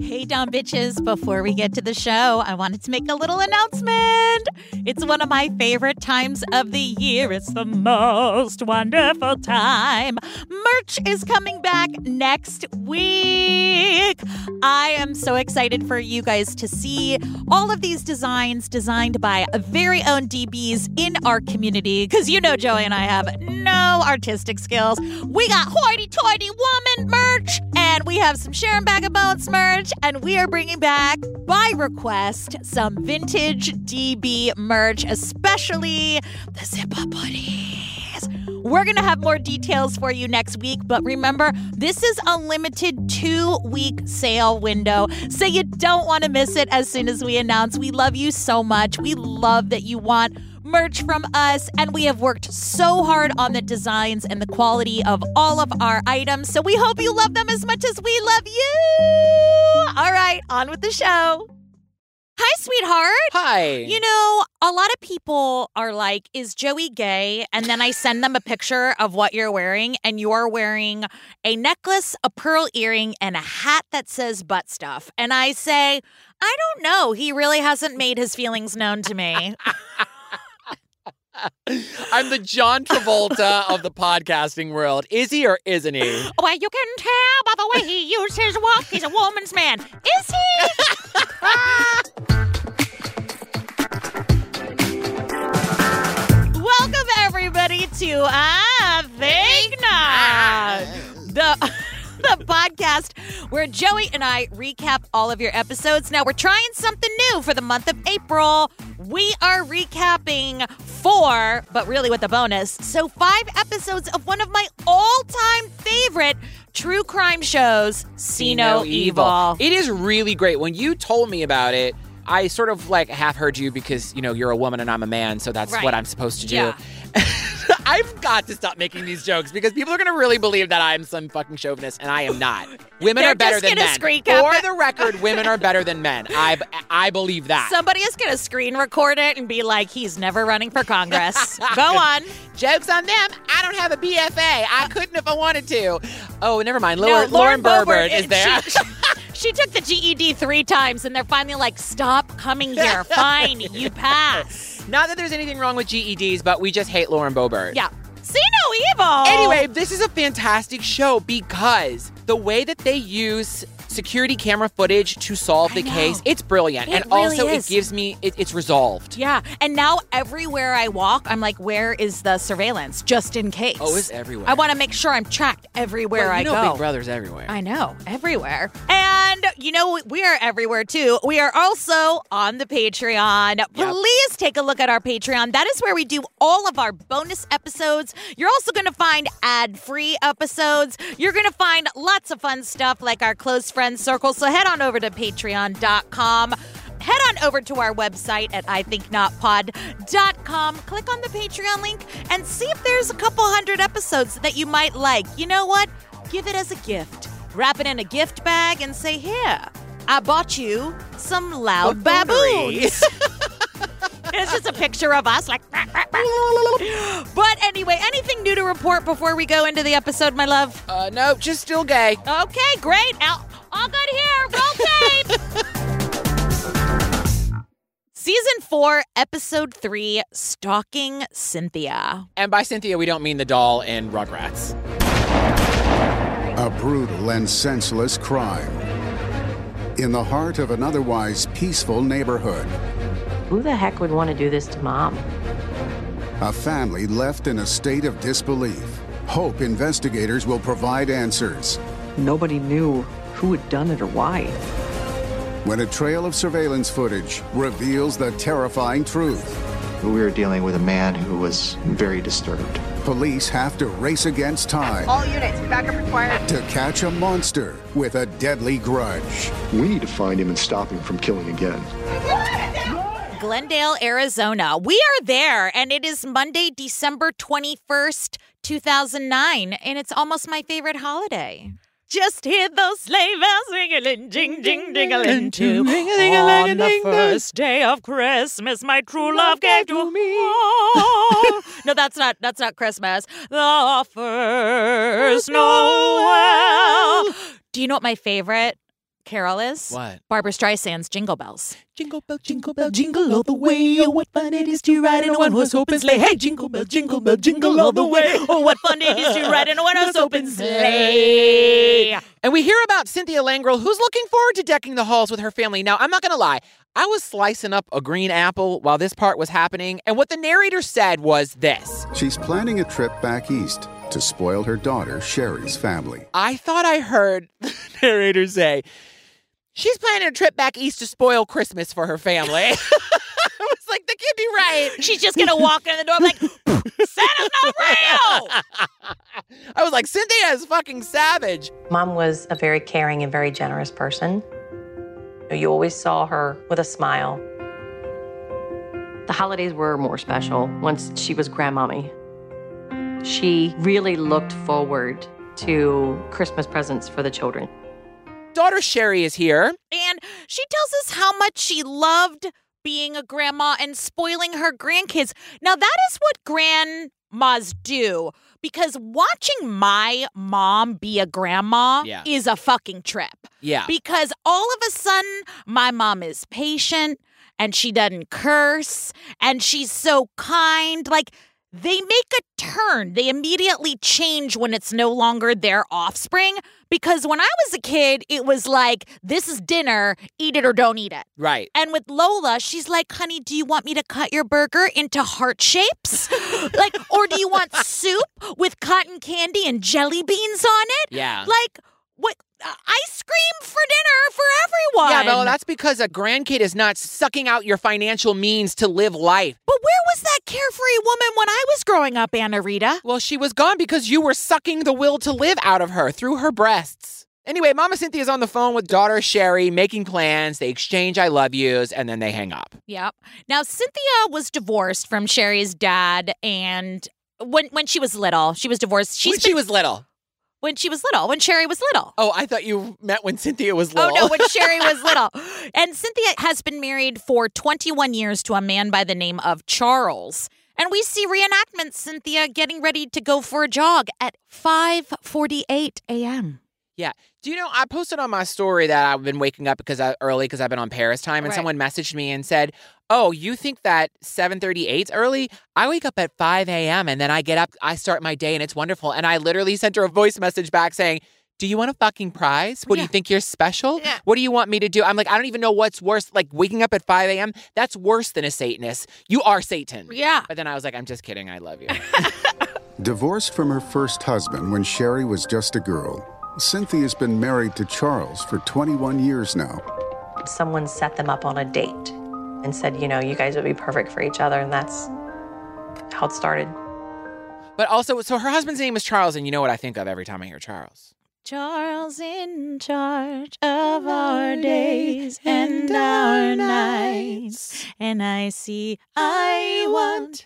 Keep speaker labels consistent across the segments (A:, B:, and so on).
A: Hey, dumb bitches. Before we get to the show, I wanted to make a little announcement. It's one of my favorite times of the year. It's the most wonderful time. Merch is coming back next week. I am so excited for you guys to see all of these designs designed by very own DBs in our community. Because you know, Joey and I have no artistic skills. We got hoity toity woman merch, and we have some Sharon Bag of Bones merch, and we are bringing back, by request, some vintage DB merch, especially the zip up hoodies. We're going to have more details for you next week, but remember, this is a limited two week sale window, so you don't want to miss it as soon as we announce. We love you so much. We love that you want merch from us, and we have worked so hard on the designs and the quality of all of our items, so we hope you love them as much as we love you. All right, on with the show. Hi, sweetheart.
B: Hi.
A: You know, a lot of people are like, is Joey gay? And then I send them a picture of what you're wearing, and you're wearing a necklace, a pearl earring, and a hat that says butt stuff. And I say, I don't know. He really hasn't made his feelings known to me.
B: I'm the John Travolta of the podcasting world. Is he or isn't he?
A: Oh, Well, you can tell by the way he used his walk. He's a woman's man. Is he? Welcome, everybody, to uh, Think Not. The. The podcast where Joey and I recap all of your episodes. Now, we're trying something new for the month of April. We are recapping four, but really with a bonus. So, five episodes of one of my all time favorite true crime shows, See No Evil.
B: It is really great. When you told me about it, I sort of like half heard you because, you know, you're a woman and I'm a man, so that's
A: Right.
B: what I'm supposed to do.
A: Yeah.
B: I've got to stop making these jokes because people are going to really believe that I'm some fucking chauvinist and I am not. Women
A: They're
B: are better
A: just
B: than
A: gonna
B: men.
A: squeak
B: For
A: up.
B: the record, women are better than men. I I believe that.
A: Somebody is going to screen record it and be like, he's never running for Congress. Go on.
B: Jokes on them. I don't have a BFA. I couldn't if I wanted to. Oh, never mind. Lower,
A: No,
B: Lauren, Boebert
A: uh,
B: is there.
A: She, she took the GED three times, and they're finally like, stop coming here. Fine, you pass.
B: Not that there's anything wrong with GEDs, but we just hate Lauren Boebert.
A: Yeah. See no evil.
B: Anyway, this is a fantastic show because the way that they use security camera footage to solve
A: I
B: the
A: know.
B: case, it's brilliant.
A: It
B: and
A: really
B: also,
A: is.
B: it gives me, it, it's resolved.
A: Yeah. And now everywhere I walk, I'm like, where is the surveillance? Just in case.
B: Oh, it's everywhere.
A: I want to make sure I'm tracked everywhere
B: Well,
A: I
B: you know
A: go.
B: Big Brother's everywhere.
A: I know, everywhere. And you know, we are everywhere too. We are also on the Patreon. Please take a look at our Patreon. That is where we do all of our bonus episodes. You're also going to find ad free episodes. You're going to find lots of fun stuff like our close friends circle. So head on over to patreon.com head on over to our website at ithinknotpod.com click on the patreon link and see if there's a couple hundred episodes that you might like you know what give it as a gift wrap it in a gift bag and say here i bought you some
B: Oh,
A: loud baboons
B: Buffoonery.
A: it's just a picture of us like but anyway anything new to report before we go into the episode my love
B: uh, no, just still gay.
A: okay great all, all good here roll tape Season four, episode three, Stalking Cynthia.
B: And by Cynthia, we don't mean the doll in Rugrats.
C: A brutal and senseless crime in the heart of an otherwise peaceful neighborhood.
D: Who the heck would want to do this to mom?
C: A family left in a state of disbelief. Hope investigators will provide answers
E: Nobody knew who had done it or why.
C: when a trail of surveillance footage reveals the terrifying truth.
F: We were dealing with a man who was very disturbed.
C: Police have to race against time
G: All units, backup required.
C: to catch a monster with a deadly grudge.
F: We need to find him and stop him from killing again.
A: Glendale, Arizona. We are there, and it is Monday, December 21st, 2009, and it's almost my favorite holiday. Just hear those sleigh bells ringing, ding, ding, ding, a too. On the first day of Christmas, my true love gave to me. no, that's not. That's not Christmas. The first Noel. Do you know what my favorite Carol is?
B: What?
A: Barbara Streisand's Jingle Bells.
B: Jingle bell, jingle bell, jingle all the way. Oh, what fun it is to ride in a one-horse open sleigh. Hey, jingle bell, jingle bell, jingle all the way.
A: Oh, what fun it is to ride in a one-horse open sleigh.
B: And we hear about Cynthia Langrell, who's looking forward to decking the halls with her family. Now, I'm not going to lie. I was slicing up a green apple while this part was happening, and what the narrator said was this.
C: She's planning a trip back east to spoil her daughter Sherry's family.
B: I thought I heard the narrator say, She's planning a trip back east to spoil Christmas for her family. I was like, that can't be right.
A: She's just gonna walk in the door like Santa's not real.
B: I was like, Cynthia is fucking savage.
D: Mom was a very caring and very generous person. You always saw her with a smile. The holidays were more special once she was grandmommy. She really looked forward to Christmas presents for the children.
B: Daughter Sherry is here.
A: And she tells us how much she loved being a grandma and spoiling her grandkids. Now, that is what grandmas do because watching my mom be a grandma
B: Yeah.
A: is a fucking trip.
B: Yeah.
A: Because all of a sudden, my mom is patient and she doesn't curse and she's so kind. Like, they make a turn. They immediately change when it's no longer their offspring. Because when I was a kid, it was like, this is dinner, eat it or don't eat it.
B: Right.
A: And with Lola, she's like, honey, do you want me to cut your burger into heart shapes? like, or do you want soup with cotton candy and jelly beans on it?
B: Yeah.
A: Like, what? Uh, ice cream for dinner for everyone.
B: Yeah, but oh, that's because a grandkid is not sucking out your financial means to live life.
A: But where was that carefree woman when I was growing up, Anna Rita?
B: Well, she was gone because you were sucking the will to live out of her through her breasts. Anyway, Mama Cynthia's on the phone with daughter Sherry, making plans. They exchange I love yous, and then they hang up.
A: Yep. Now Cynthia was divorced from Sherry's dad, and when when she was little, she was divorced. She's
B: when
A: been-
B: she was little.
A: when she was little, when Sherry was little.
B: Oh, I thought you meant when Cynthia was
A: Oh
B: little.
A: no, when Sherry was little. And Cynthia has been married for 21 years to a man by the name of Charles. And we see reenactments Cynthia getting ready to go for a jog at 5:48 a.m.
B: Yeah. Do you know I posted on my story that I've been waking up because I early because I've been on Paris time and
A: Right.
B: someone messaged me and said, "Oh, you think that 7:38's early? I wake up at 5 a.m. and then I get up, I start my day and it's wonderful." And I literally sent her a voice message back saying, "Do you want a fucking prize? What do you think you're special?
A: Yeah.
B: What do you want me to do?" I'm like, "I don't even know what's worse. Like waking up at 5 a.m. That's worse than a Satanist. You are Satan."
A: Yeah.
B: But then I was like, "I'm just kidding. I love you."
C: Divorced from her first husband when Sherry was just a girl, Cynthia's been married to Charles for 21 years now.
D: Someone set them up on a date and said, you know, you guys would be perfect for each other. And that's how it started.
B: but also, so her husband's name is Charles, and you know what I think of every time I hear Charles.
A: Charles in charge of our days and our nights. And I see I want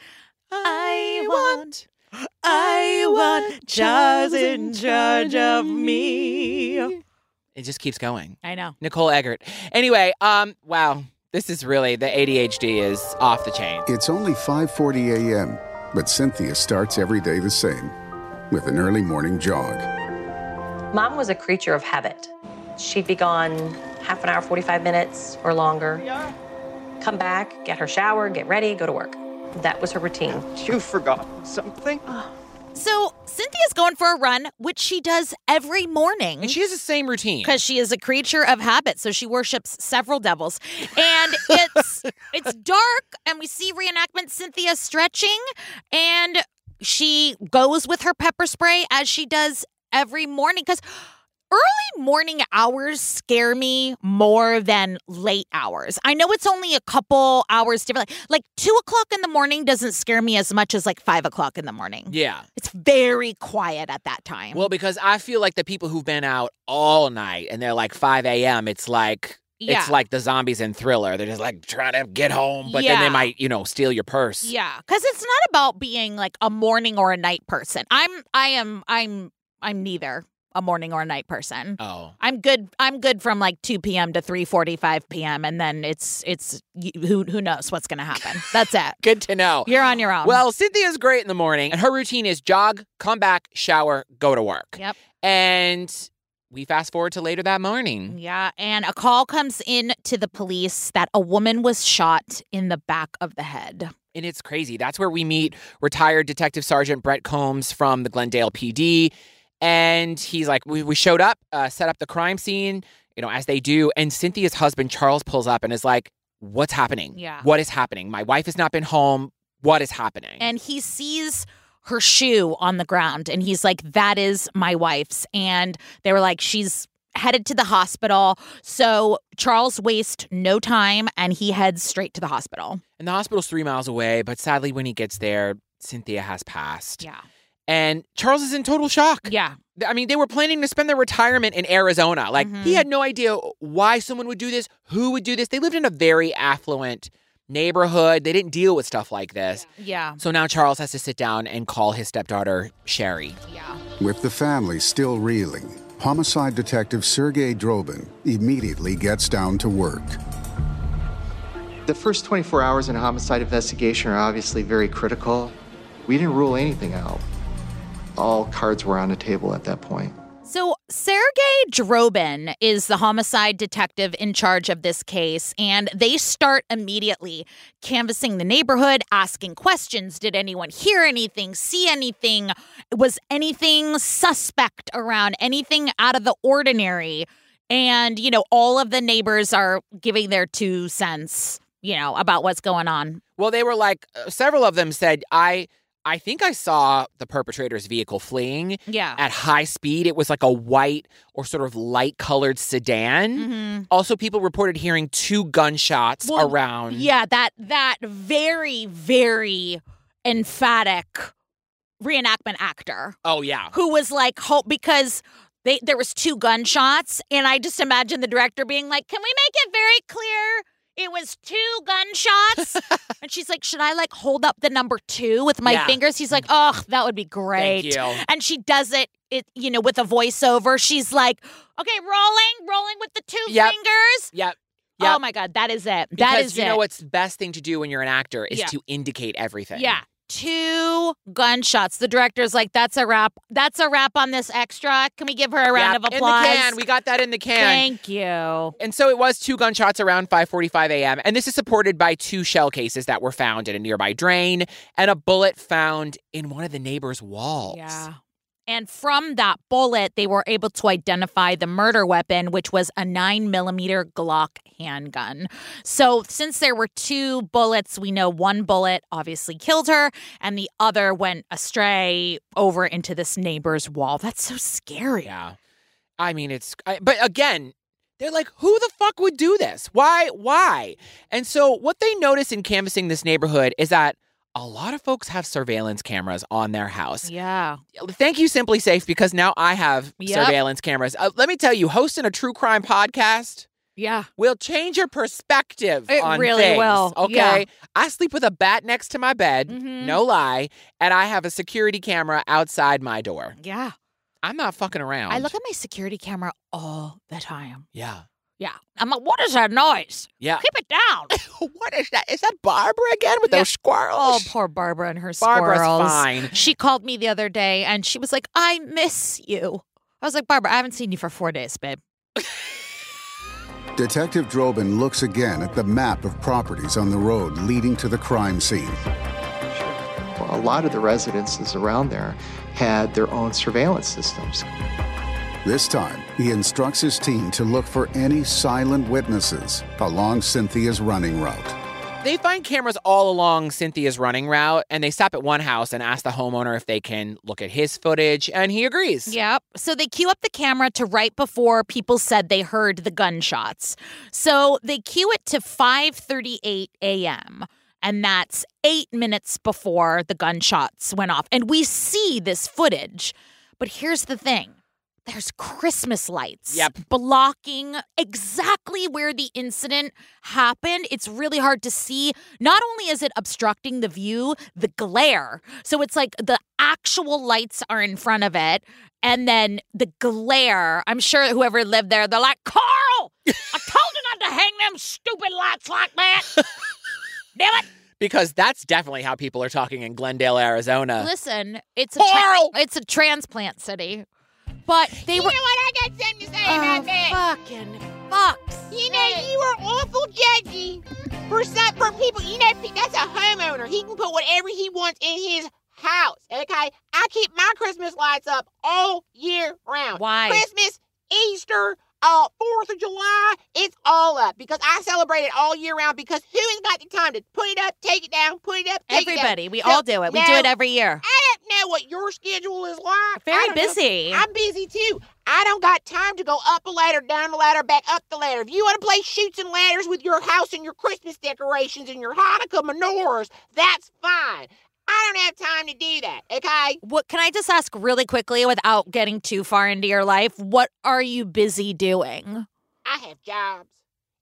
A: I want I want Charles in charge of me.
B: It just keeps going.
A: I know.
B: Nicole Eggert. Anyway, um, wow, this is really the ADHD is off the chain.
C: It's only 5:40 a.m., but Cynthia starts every day the same with an early morning jog.
D: Mom was a creature of habit. She'd be gone half an hour, 45 minutes or longer. Come back, get her shower, get ready, go to work. That was her routine.
H: You've forgotten something?
A: So Cynthia's going for a run, which she does every morning.
B: And she has the same routine.
A: because she is a creature of habit, so she worships several devils. And it's it's dark, and we see reenactment Cynthia stretching, and she goes with her pepper spray as she does every morning because. Early morning hours scare me more than late hours. I know it's only a couple hours different. Like, like two o'clock in the morning doesn't scare me as much as like five o'clock in the morning.
B: Yeah.
A: It's very quiet at that time.
B: Well, because I feel like the people who've been out all night and they're like 5 a.m., it's like.
A: Yeah.
B: It's like the zombies in Thriller. They're just like trying to get home, but then
A: Yeah.
B: they might, you know, steal your purse.
A: Yeah, because it's not about being like a morning or a night person. I'm, I am, I'm, I'm neither a morning or a night person.
B: Oh.
A: I'm good. I'm good from like 2 p.m. to 3:45 p.m. and then it's it's y- who who knows what's gonna happen. That's it.
B: Good to know.
A: You're on your own.
B: Well, Cynthia's great in the morning, and her routine is jog, come back, shower, go to work.
A: Yep.
B: And we fast forward to later that morning.
A: Yeah, and a call comes in to the police that a woman was shot in the back of the head.
B: And it's crazy. That's where we meet retired Detective Sergeant Brett Combs from the Glendale PD. And he's like, we, we showed up, uh, set up the crime scene, you know, as they do. And Cynthia's husband, Charles, pulls up and is like, What's happening?
A: Yeah.
B: What is happening? My wife has not been home. What is happening?
A: And he sees her shoe on the ground and he's like, That is my wife's. And they were like, She's headed to the hospital. So Charles wastes no time and he heads straight to the hospital.
B: And the hospital's three miles away, but sadly, when he gets there, Cynthia has passed.
A: Yeah.
B: And Charles is in total shock.
A: Yeah.
B: Th- I mean, they were planning to spend their retirement in Arizona. Like,
A: Mm-hmm.
B: he had no idea why someone would do this, who would do this. They lived in a very affluent neighborhood, they didn't deal with stuff like this.
A: Yeah.
B: So now Charles has to sit down and call his stepdaughter, Sherry.
A: Yeah.
C: With the family still reeling, homicide detective Sergei Drobin immediately gets down to work.
F: The first 24 hours in a homicide investigation are obviously very critical. We didn't rule anything out. All cards were on the table at that point.
A: So, Sergei Drobin is the homicide detective in charge of this case, and they start immediately canvassing the neighborhood, asking questions. Did anyone hear anything, see anything? Was anything suspect around, anything out of the ordinary? And, you know, all of the neighbors are giving their two cents, you know, about what's going on.
B: Well, they were like, uh, several of them said, I. I think I saw the perpetrator's vehicle fleeing.
A: Yeah.
B: at high speed. It was like a white or sort of light colored sedan.
A: Mhm.
B: Also, people reported hearing two gunshots
A: Well,
B: around.
A: Yeah, that that very very emphatic reenactment actor
B: Oh, yeah.
A: who was like hope because they there was two gunshots and I just imagine the director being like, "Can we make it very clear?" It was two gunshots. and she's like, Should I like hold up the number two with my
B: Yeah.
A: fingers? He's like, Oh, that would be great.
B: Thank you.
A: And she does it, it, you know, with a voiceover. She's like, Okay, rolling, rolling with the two
B: Yep.
A: fingers.
B: Yep.
A: Oh
B: Yep.
A: my God, that is it.
B: Because
A: that is
B: you
A: it.
B: know what's the best thing to do when you're an actor is
A: Yeah.
B: to indicate everything.
A: Yeah. Two gunshots. The director's like, that's a wrap. That's a wrap on this extra. Can we give her a round
B: Yep.
A: of applause?
B: In the can. We got that in the can.
A: Thank you.
B: and so it was two gunshots around 5:45 a.m. and this is supported by two shell cases that were found in a nearby drain and a bullet found in one of the neighbor's walls.
A: Yeah. And from that bullet, they were able to identify the murder weapon, which was a nine millimeter Glock handgun. So, since there were two bullets, we know one bullet obviously killed her, and the other went astray over into this neighbor's wall. That's so scary.
B: Yeah. I mean, it's, I, but again, they're like, who the fuck would do this? Why? Why? And so, what they notice in canvassing this neighborhood is that a lot of folks have surveillance cameras on their house.
A: Yeah.
B: Thank you, Simply Safe, because now I have
A: Yep.
B: surveillance cameras. Uh, let me tell you, hosting a true crime podcast
A: Yeah.
B: will change your perspective
A: It
B: on
A: really
B: things,
A: will.
B: Okay.
A: Yeah.
B: I sleep with a bat next to my bed,
A: Mhm.
B: no lie, and I have a security camera outside my door.
A: Yeah.
B: I'm not fucking around.
A: I look at my security camera all the time.
B: Yeah.
A: Yeah. I'm like, what is that noise?
B: Yeah.
A: Keep it down.
B: what is that? Is that Barbara again with
A: Yeah.
B: those squirrels?
A: oh, poor Barbara and her
B: Barbara's
A: squirrels.
B: fine.
A: She called me the other day and she was like, I miss you. I was like, Barbara, I haven't seen you for four days, babe.
C: Detective Drobin looks again at the map of properties on the road leading to the crime scene.
F: A lot of the residences around there had their own surveillance systems.
C: This time, he instructs his team to look for any silent witnesses along Cynthia's running route.
B: Oh, They find cameras all along Cynthia's running route, and they stop at one house and ask the homeowner if they can look at his footage, and he agrees.
A: Yep. So they cue up the camera to right before people said they heard the gunshots. So they cue it to 5:38 a.m. and that's 8 minutes before the gunshots went off. And we see this footage. But here's the thing. There's Christmas lights
B: Yep.
A: blocking exactly where the incident happened. It's really hard to see. Not only is it obstructing the view, the glare. So it's like the actual lights are in front of it. And then the glare, I'm sure whoever lived there, they're like, Carl, I told you not to hang them stupid lights like that. Damn it.
B: Because that's definitely how people are talking in Glendale, Arizona.
A: Listen, it's a, tra-
B: Carl!
A: it's a transplant city. but they
I: You
A: were.
I: know what I got something to say
A: Oh,
I: about that?
A: fucking fucks.
I: You know, you are awful judgy for some for people. You know, pe- that's a homeowner. He can put whatever he wants in his house. Okay, I keep my Christmas lights up all year round.
A: Why?
I: Christmas, Easter, uh, Fourth of July. It's all up because I celebrate it all year round. Because who has got the time to put it up, take it down, put it up, take it down?
A: Everybody, we
I: So,
A: all do it. We do
I: no.
A: it every year.
I: I don't know what your schedule is like. I
A: Very
I: don't know.
A: busy.
I: I'm busy too. I don't got time to go up a ladder, down the ladder, back up the ladder. If you want to play shoots and ladders with your house and your Christmas decorations and your Hanukkah menorahs, that's fine. I don't have time to do that, okay?
A: What can I just ask really quickly without getting too far into your life? What are you busy doing?
I: I have jobs.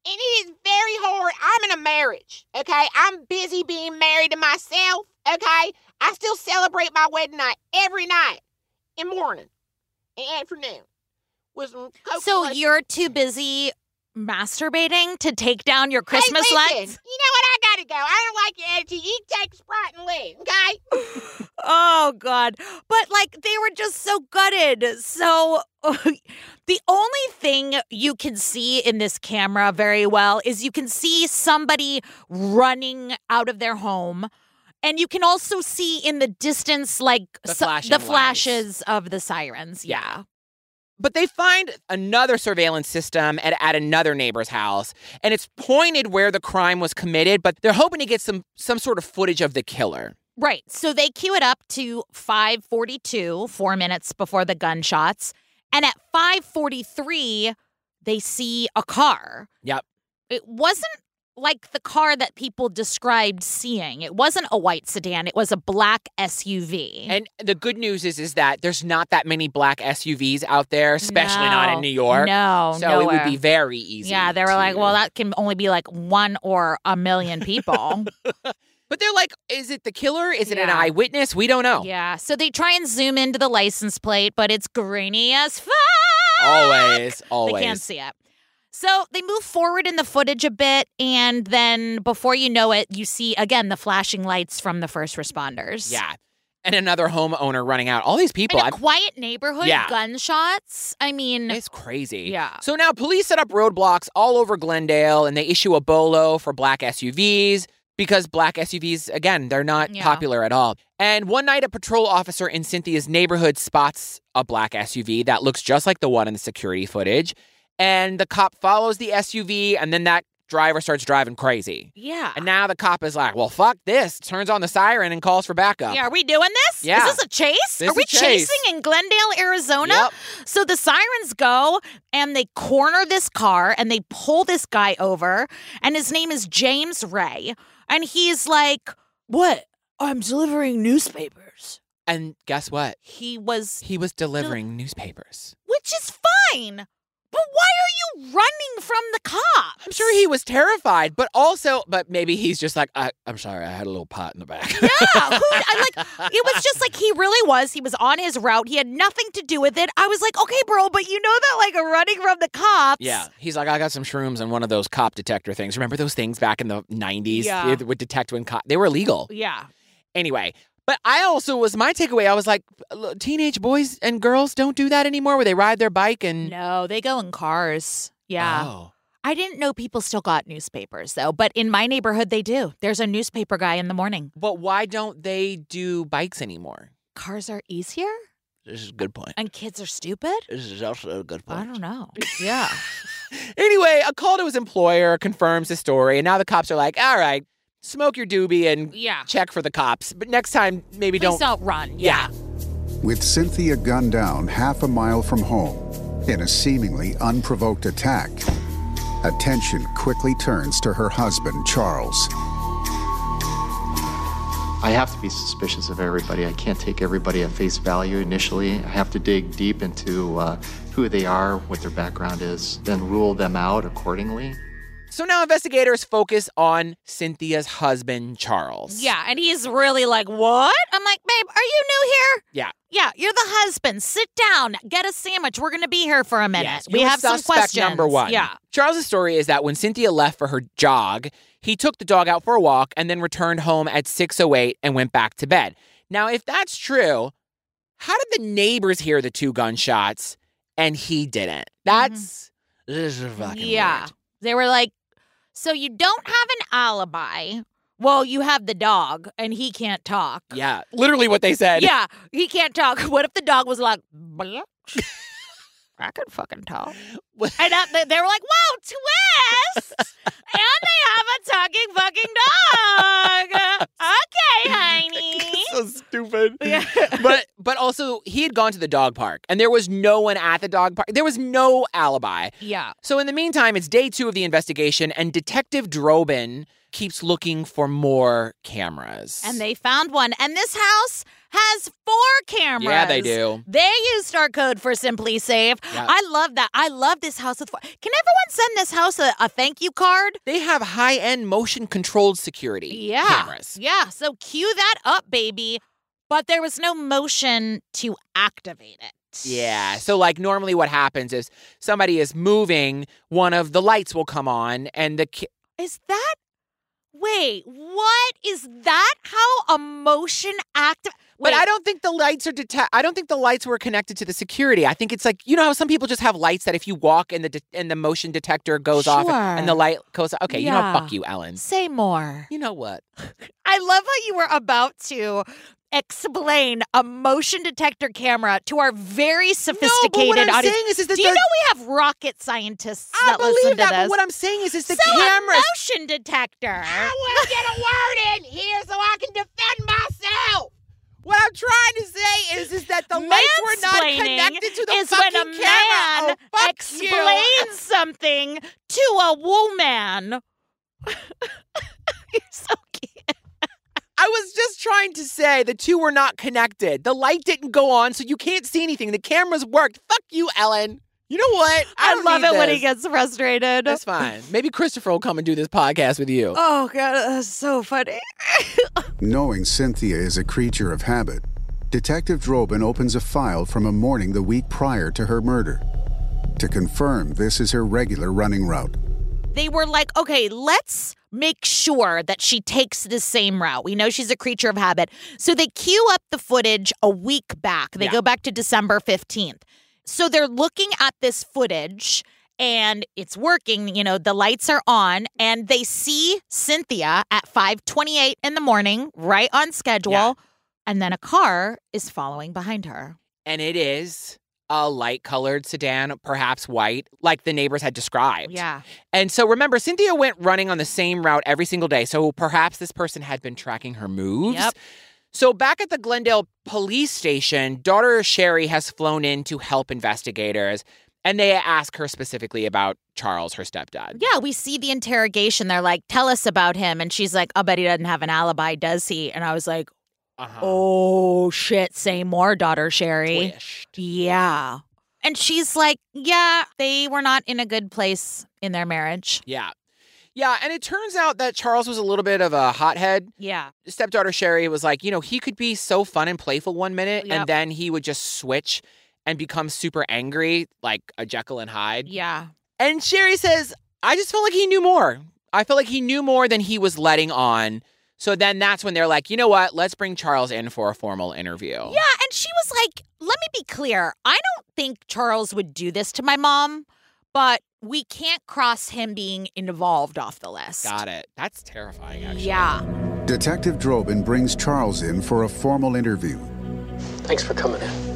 I: And it is very hard. I'm in a marriage, okay? I'm busy being married to myself, okay? I still celebrate my wedding night every night and morning and afternoon. With some
A: So
I: Coca-Cola
A: you're too busy masturbating to take down your Christmas
I: hey, listen,
A: lights?
I: You know what? I gotta go. I don't like your attitude. You take Sprite and leave, okay?
A: Oh God. But like they were just so gutted. So the only thing you can see in this camera very well is you can see somebody running out of their home. And you can also see in the distance like
B: The
A: so-
B: flashing
A: the
B: lights.
A: flashes of the sirens. Yeah.
B: But they find another surveillance system at, at another neighbor's house, and it's pointed where the crime was committed, but they're hoping to get some some sort of footage of the killer.
A: Right. So they cue it up to 542, four minutes before the gunshots. And at 543, they see a car.
B: Yep.
A: It wasn't like the car that people described seeing. It wasn't a white sedan. It was a black SUV.
B: And the good news is is that there's not that many black SUVs out there, especially not in
A: No.
B: New York.
A: No,
B: so it
A: nowhere.
B: would be very easy.
A: Yeah, they were like,
B: to-
A: well, that can only be like one or a million people.
B: But they're like, is it the killer? Is it an
A: Yeah.
B: eyewitness? We don't know.
A: yeah. So they try and zoom into the license plate, but it's grainy as fuck.
B: Always, always.
A: They can't see it. So they move forward in the footage a bit, and then before you know it, you see again the flashing lights from the first responders.
B: Yeah. And another homeowner running out. All these
A: In
B: people.
A: a
B: I'm,
A: quiet neighborhood,
B: Yeah.
A: gunshots. I mean,
B: it's crazy.
A: Yeah.
B: So now police set up roadblocks all over Glendale and they issue a bolo for black SUVs because black SUVs, again, they're not
A: Yeah.
B: popular at all. And one night, a patrol officer in Cynthia's neighborhood spots a black SUV that looks just like the one in the security footage. And the cop follows the SUV and then that driver starts driving crazy.
A: yeah.
B: And now the cop is like, well, fuck this, turns on the siren and calls for backup.
A: yeah, are we doing this?
B: Yeah.
A: Is this a chase?
B: This
A: are we
B: is a chase.
A: chasing in Glendale, Arizona?
B: Yep.
A: So the sirens go and they corner this car and they pull this guy over, and his name is James Ray. And he's like, What? I'm delivering newspapers.
B: And guess what?
A: He was
B: He was delivering newspapers.
A: which is fine. But why are you running from the cops?
B: I'm sure he was terrified, but also, but maybe he's just like, I, I'm sorry, I had a little pot in the back.
A: Yeah, who, I like. It was just like he really was. He was on his route. He had nothing to do with it. I was like, okay, bro, but you know that like running from the cops.
B: Yeah, he's like, I got some shrooms and one of those cop detector things. Remember those things back in the 90s?
A: Yeah.
B: They would detect when cop, they were illegal.
A: yeah.
B: Anyway, but I also was my takeaway. I was like, "Look, teenage boys and girls don't do that anymore where they ride their bike and.
A: No, they go in cars. Yeah,
B: Mm. Oh.
A: I didn't know people still got newspapers though. But in my neighborhood, they do. There's a newspaper guy in the morning.
B: But why don't they do bikes anymore?
A: Cars are easier,
B: This is a good point.
A: and kids are stupid.
B: This is also a good
A: I don't know. Yeah.
B: Anyway, a call to his employer confirms the story, and now the cops are like, all right, smoke your doobie and
A: Yeah.
B: check for the cops. But next time, maybe
A: Please don't run. Yeah.
C: With Cynthia gunned down half a mile from home in a seemingly unprovoked attack, attention quickly turns to her husband, Charles.
F: I have to be suspicious of everybody. I can't take everybody at face value initially. I have to dig deep into uh, who they are, what their background is, then rule them out accordingly.
B: So now investigators focus on Cynthia's husband, Charles.
A: Yeah, and he's really like, "What?" I'm like, "Babe, are you new here?"
B: Yeah.
A: Yeah, you're the husband. Sit down, get a sandwich. We're gonna be here for a minute.
B: Yes,
A: we
B: you're
A: have some
B: suspect
A: questions.
B: Number one.
A: Yeah.
B: Charles's story is that when Cynthia left for her jog, he took the dog out for a walk and then returned home at 6:08 and went back to bed. Now, if that's true, how did the neighbors hear the two gunshots and he didn't.
A: Mm-hmm.
B: That's this is fucking
A: yeah.
B: weird.
A: They were like, so you don't have an alibi. Well, you have the dog, and he can't talk.
B: Yeah, literally what they said.
A: Yeah, he can't talk. What if the dog was like, "Bitch, I could fucking talk.
B: What-
A: And that, they, they were like, whoa, twist! and they have a talking fucking dog. Okay, honey.
B: so stupid.
A: Yeah.
B: but but also he had gone to the dog park and there was no one at the dog park. There was no alibi.
A: Yeah.
B: So in the meantime, it's day two of the investigation, and Detective Drobin keeps looking for more cameras.
A: And they found one. And this house has four cameras.
B: Yeah, they do.
A: They used our code for Simply Safe.
B: Yeah.
A: I love that. I love this house with four. Can everyone send this house a, a thank you card?
B: They have high-end motion controlled security
A: Yeah.
B: cameras.
A: Yeah. So cue that up, baby. But there was no motion to activate it.
B: Yeah. So, like, normally what happens is somebody is moving, one of the lights will come on, and the ki-
A: Is that? Wait, what is that? How a motion active?
B: but I don't think the lights are detect. I don't think the lights were connected to the security. I think it's like you know how some people just have lights that if you walk and the de- and the motion detector goes off and the
A: Sure.
B: light goes. Okay, you know, what? fuck
A: Yeah.
B: you, Ellen.
A: Say more.
B: You know what?
A: I love how you were about to explain a motion detector camera to our very sophisticated
B: no, but what I'm
A: audience.
B: saying is, is that
A: Do you
B: the-
A: know we have rocket scientists
B: I
A: that listen
B: believe
A: to
B: that.
A: this?
B: But what I'm saying is, is the
A: so
B: cameras.
A: a motion detector.
I: I want to get a word in here so I can defend myself.
B: What I'm trying to say is, is that the lights were not connected to the
A: is when
B: fucking
A: a
B: camera.
A: man
B: oh, fuck
A: explains
B: you.
A: something to a woman. You're so cute.
B: I was just trying to say the two were not connected. The light didn't go on, so you can't see anything. The cameras worked. Fuck you, Ellen. You know what?
A: I,
B: don't
A: love
B: need
A: it when
B: this.
A: he gets frustrated.
B: That's fine. Maybe Christopher will come and do this podcast with you.
A: Oh god, that's so funny.
C: Knowing Cynthia is a creature of habit, Detective Drobin opens a file from a morning the week prior to her murder to confirm this is her regular running route.
A: they were like, okay, let's make sure that she takes the same route. We know she's a creature of habit. So they queue up the footage a week back. They
B: Yeah.
A: go back to December 15th. So they're looking at this footage and it's working, you know, the lights are on and they see Cynthia at 5:28 in the morning, right on schedule,
B: Yeah.
A: and then a car is following behind her.
B: And it is a light colored sedan, perhaps white, like the neighbors had described.
A: Yeah.
B: And so remember, Cynthia went running on the same route every single day. So perhaps this person had been tracking her moves.
A: Yep.
B: So back at the Glendale police station, daughter Sherry has flown in to help investigators. And they ask her specifically about Charles, her stepdad.
A: Yeah, we see the interrogation. They're like, tell us about him. And she's like, I'll bet he doesn't have an alibi, does he? And I was like,
B: Uh-huh.
A: oh shit, say more, daughter Sherry.
B: Squished.
A: Yeah. And she's like, yeah, they were not in a good place in their marriage.
B: Yeah. Yeah. And it turns out that Charles was a little bit of a hothead.
A: Yeah.
B: stepdaughter Sherry was like, you know, he could be so fun and playful one minute,
A: Yep.
B: and then he would just switch and become super angry, like a Jekyll and Hyde.
A: Yeah.
B: And Sherry says, I just felt like he knew more. I felt like he knew more than he was letting on. So then that's when they're like, you know what? Let's bring Charles in for a formal interview.
A: Yeah. And she was like, let me be clear. I don't think Charles would do this to my mom, but we can't cross him being involved off the list.
B: Got it. That's terrifying, actually.
A: Yeah.
C: Detective Drobin brings Charles in for a formal interview.
J: Thanks for coming in.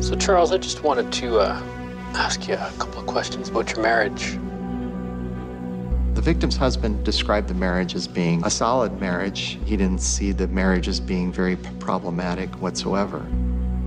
J: So, Charles, I just wanted to uh, ask you a couple of questions about your marriage.
F: The victim's husband described the marriage as being a solid marriage. He didn't see the marriage as being very p- problematic whatsoever.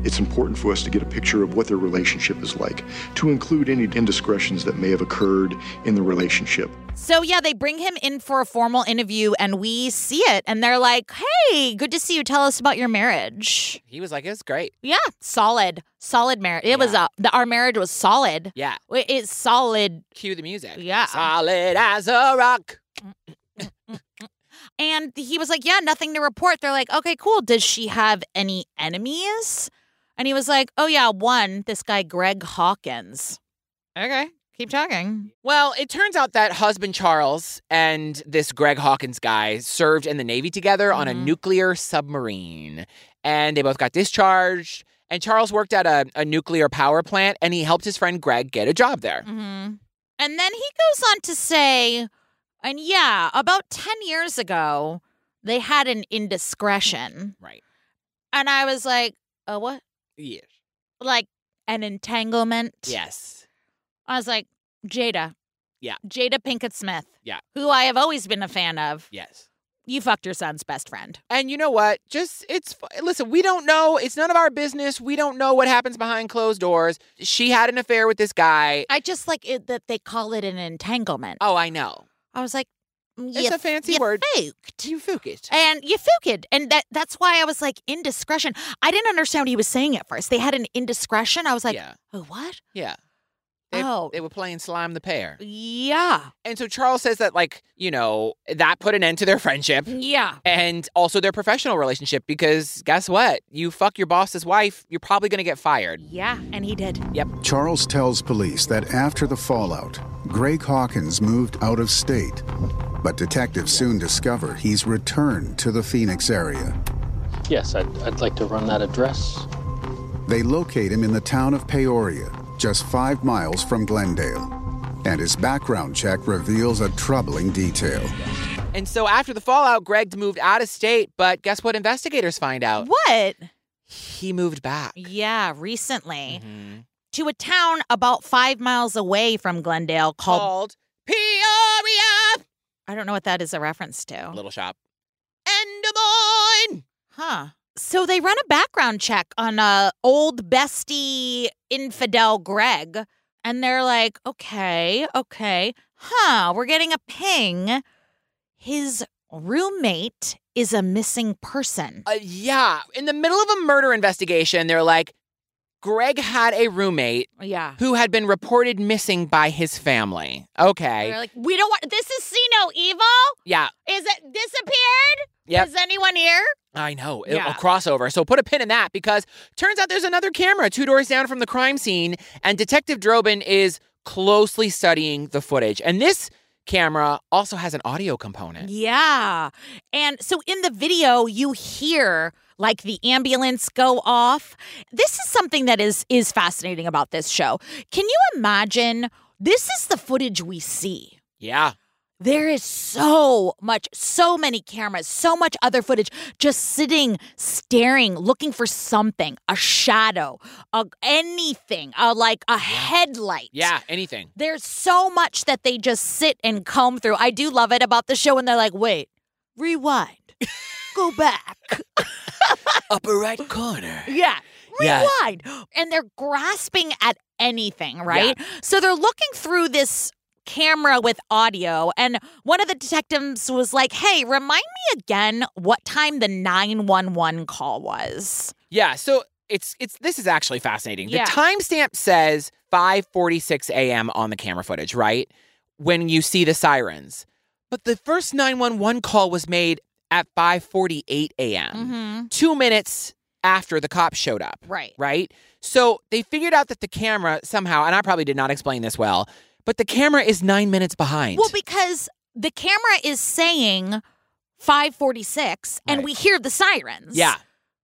K: It's important for us to get a picture of what their relationship is like, to include any indiscretions that may have occurred in the relationship.
A: So, yeah, they bring him in for a formal interview and we see it. And they're like, hey, good to see you. Tell us about your marriage.
B: He was like, it was great.
A: Yeah, solid, solid marriage. It was
B: Yeah.
A: a the, our marriage was solid.
B: Yeah.
A: It- It's solid,
B: Cue the music.
A: Yeah.
B: Solid as a rock.
A: and he was like, "Yeah, nothing to report." They're like, "Okay, cool. Does she have any enemies?" And he was like, "Oh yeah, one. This guy Greg Hawkins." Okay, keep talking.
B: Well, it turns out that husband Charles and this Greg Hawkins guy served in the Navy together on a
A: Mhm.
B: nuclear submarine. And they both got discharged. And Charles worked at a, a nuclear power plant and he helped his friend Greg get a job there.
A: Mm-hmm. And then he goes on to say, and yeah, about 10 years ago, they had an indiscretion.
B: Right.
A: And I was like, oh, what?
B: Yes.
A: Like an entanglement?
B: Yes.
A: I was like, Jada.
B: Yeah.
A: Jada Pinkett Smith.
B: Yeah.
A: Who I have always been a fan of.
B: Yes.
A: You fucked your son's best friend.
B: And you know what? Just it's listen, we don't know. It's none of our business. We don't know what happens behind closed doors. She had an affair with this guy.
A: I just like it that they call it an entanglement.
B: Oh, I know.
A: I was like, "Mm, you,
B: It's a fancy
A: you
B: word.
A: Fooked.
B: You fook it.
A: And you fooked. And that that's why I was like, indiscretion. I didn't understand what he was saying at first. They had an indiscretion. I was like,
B: yeah.
A: oh, what?
B: Yeah. They,
A: Oh.
B: they were playing slime the pair.
A: Yeah.
B: And so Charles says that like, you know, that put an end to their friendship
A: Yeah.
B: and also their professional relationship because guess what? You fuck your boss's wife, you're probably going to get fired.
A: Yeah. And he did.
C: Charles tells police that after the fallout, Greg Hawkins moved out of state, but detectives soon discover he's returned to the Phoenix area.
J: Yes, I'd, I'd like to run that address.
C: They locate him in the town of Peoria, just five miles from Glendale, and his background check reveals a troubling detail.
B: And so after the fallout, Greg moved out of state, but guess what investigators find out?
A: What?
B: He moved back.
A: Oh. Yeah. Recently.
B: Mhm.
A: Mm-hmm. to a town about five miles away from Glendale called
B: Called Peoria
A: I don't know what that is a reference to.
B: Little Shop. Endemine.
A: Huh. So they run a background check on a old bestie infidel Greg, and they're like, okay, okay, huh, we're getting a ping. His roommate is a missing person.
B: Uh, yeah, in the middle of a murder investigation, they're like Greg had a roommate
A: Yeah.
B: who had been reported missing by his family. Okay.
A: They're like, we don't want this is see no evil.
B: Yeah.
A: Is it disappeared?
B: Yep.
A: Is anyone here?
B: I know. it-
A: Yeah.
B: A crossover. So put a pin in that because turns out there's another camera two doors down from the crime scene, and Detective Drobin is closely studying the footage. And this camera also has an audio component.
A: Yeah. And so in the video you hear like the ambulance go off. This is something that is is fascinating about this show. Can you imagine this is the footage we see.
B: Yeah.
A: There is so much so many cameras, so much other footage just sitting staring looking for something, a shadow, a, anything, a like a headlight.
B: Yeah. Anything.
A: There's so much that they just sit and comb through. I do love it about the show when they're like, wait, rewind, go back.
B: Upper right corner.
A: Yeah.
B: Yeah.
A: Rewind. And they're grasping at anything, right? So they're looking through this camera with audio. And one of the detectives was like, hey, remind me again what time the 911 call was.
B: Yeah. So it's it's this is actually fascinating.
A: Yeah.
B: The timestamp says 5:46 a.m. on the camera footage, right? When you see the sirens. But the first 911 call was made at 5:48 a.m.
A: Mm-hmm.
B: 2 minutes after the cops showed up.
A: Right.
B: Right? So they figured out that the camera somehow and I probably did not explain this well, but the camera is 9 minutes behind.
A: Well, because the camera is saying 546 and
B: Right.
A: we hear the sirens.
B: yeah.